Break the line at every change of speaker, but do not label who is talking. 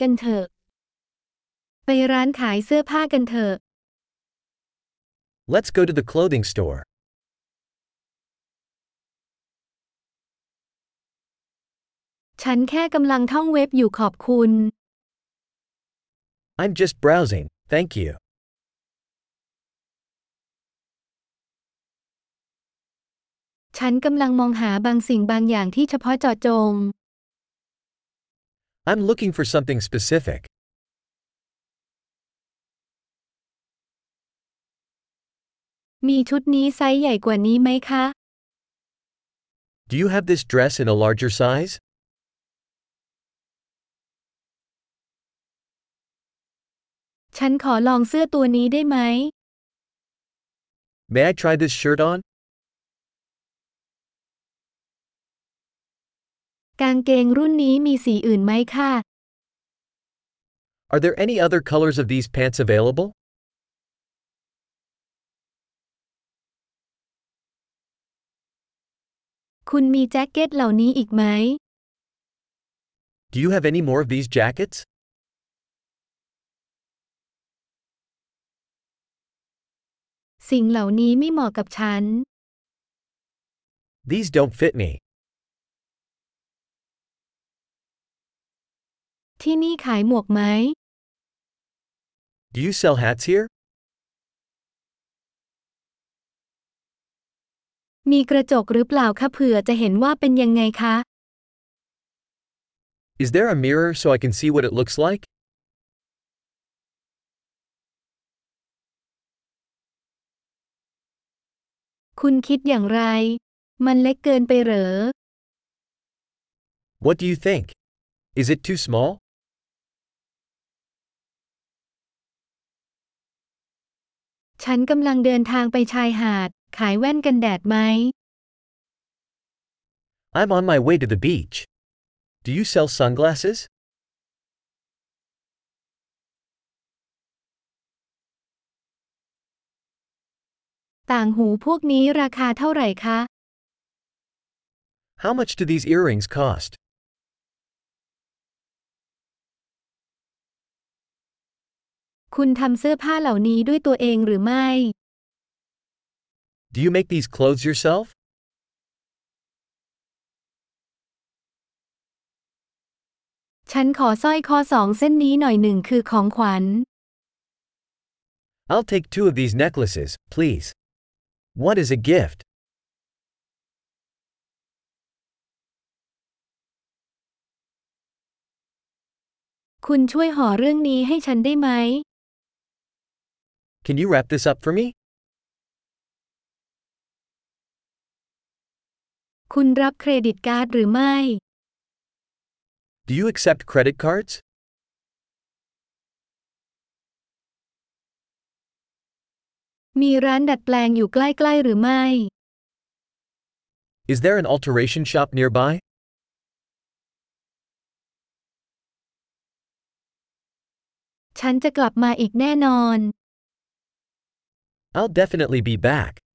กันเถอะ ไปร้านขายเสื้อผ้ากันเถอะ
Let's go to the clothing store.
ฉันแค่กำลังท่องเว็บอยู่ขอบคุณ
I'm just browsing, thank you.
ฉันกำลังมองหาบางสิ่งบางอย่างที่เฉพาะเจาะจง
I'm looking for something specific.
มีชุดนี้ไซส์ใหญ่กว่านี้ไหมคะ
Do you have this dress in a larger size?
ฉันขอลองเสื้อตัวนี้ได้ไหม
May I try this shirt on?
กางเกงรุ่นนี้มีสีอื่นไหมคะ
Are there any other colors of these pants available?
คุณมีแจ็คเก็ตเหล่านี้อีกไหม
Do you have any more of these jackets?
สิ่งเหล่านี้ไม่เหมาะกับฉัน
These don't fit me.
ที่นี่ขายหมวกไหม
Do you sell hats here?
มีกระจกหรือเปล่าคะเผื่อจะเห็นว่าเป็นยังไงคะ
Is there a mirror so I can see what it looks like?
คุณคิดอย่างไร มันเล็กเกินไปเหรอ
What do you think? Is it too small?
ฉันกำลังเดินทางไปชายหาด ขายแว่นกันแดดไหม
I'm on my way to the beach. Do you sell sunglasses?
ต่างหูพวกนี้ราคาเท่าไหร่คะ
How much do these earrings cost?
คุณทำเสื้อผ้าเหล่านี้ด้วยตัวเองหรือไม่
Do you make these clothes yourself?
ฉันขอสร้อยคอสองเส้นนี้หน่อยหนึ่งคือของขวัญ
I'll take two of these necklaces, please. What is a gift?
คุณช่วยห่อเรื่องนี้ให้ฉันได้ไหม
Can you wrap this up for me?
คุณรับเครดิตการ์ดหรือไม่
Do you accept credit cards?
มีร้านดัดแปลงอยู่ใกล้ๆหรือไม่
Is there an alteration shop nearby?
ฉันจะกลับมาอีกแน่นอน
I'll definitely be back.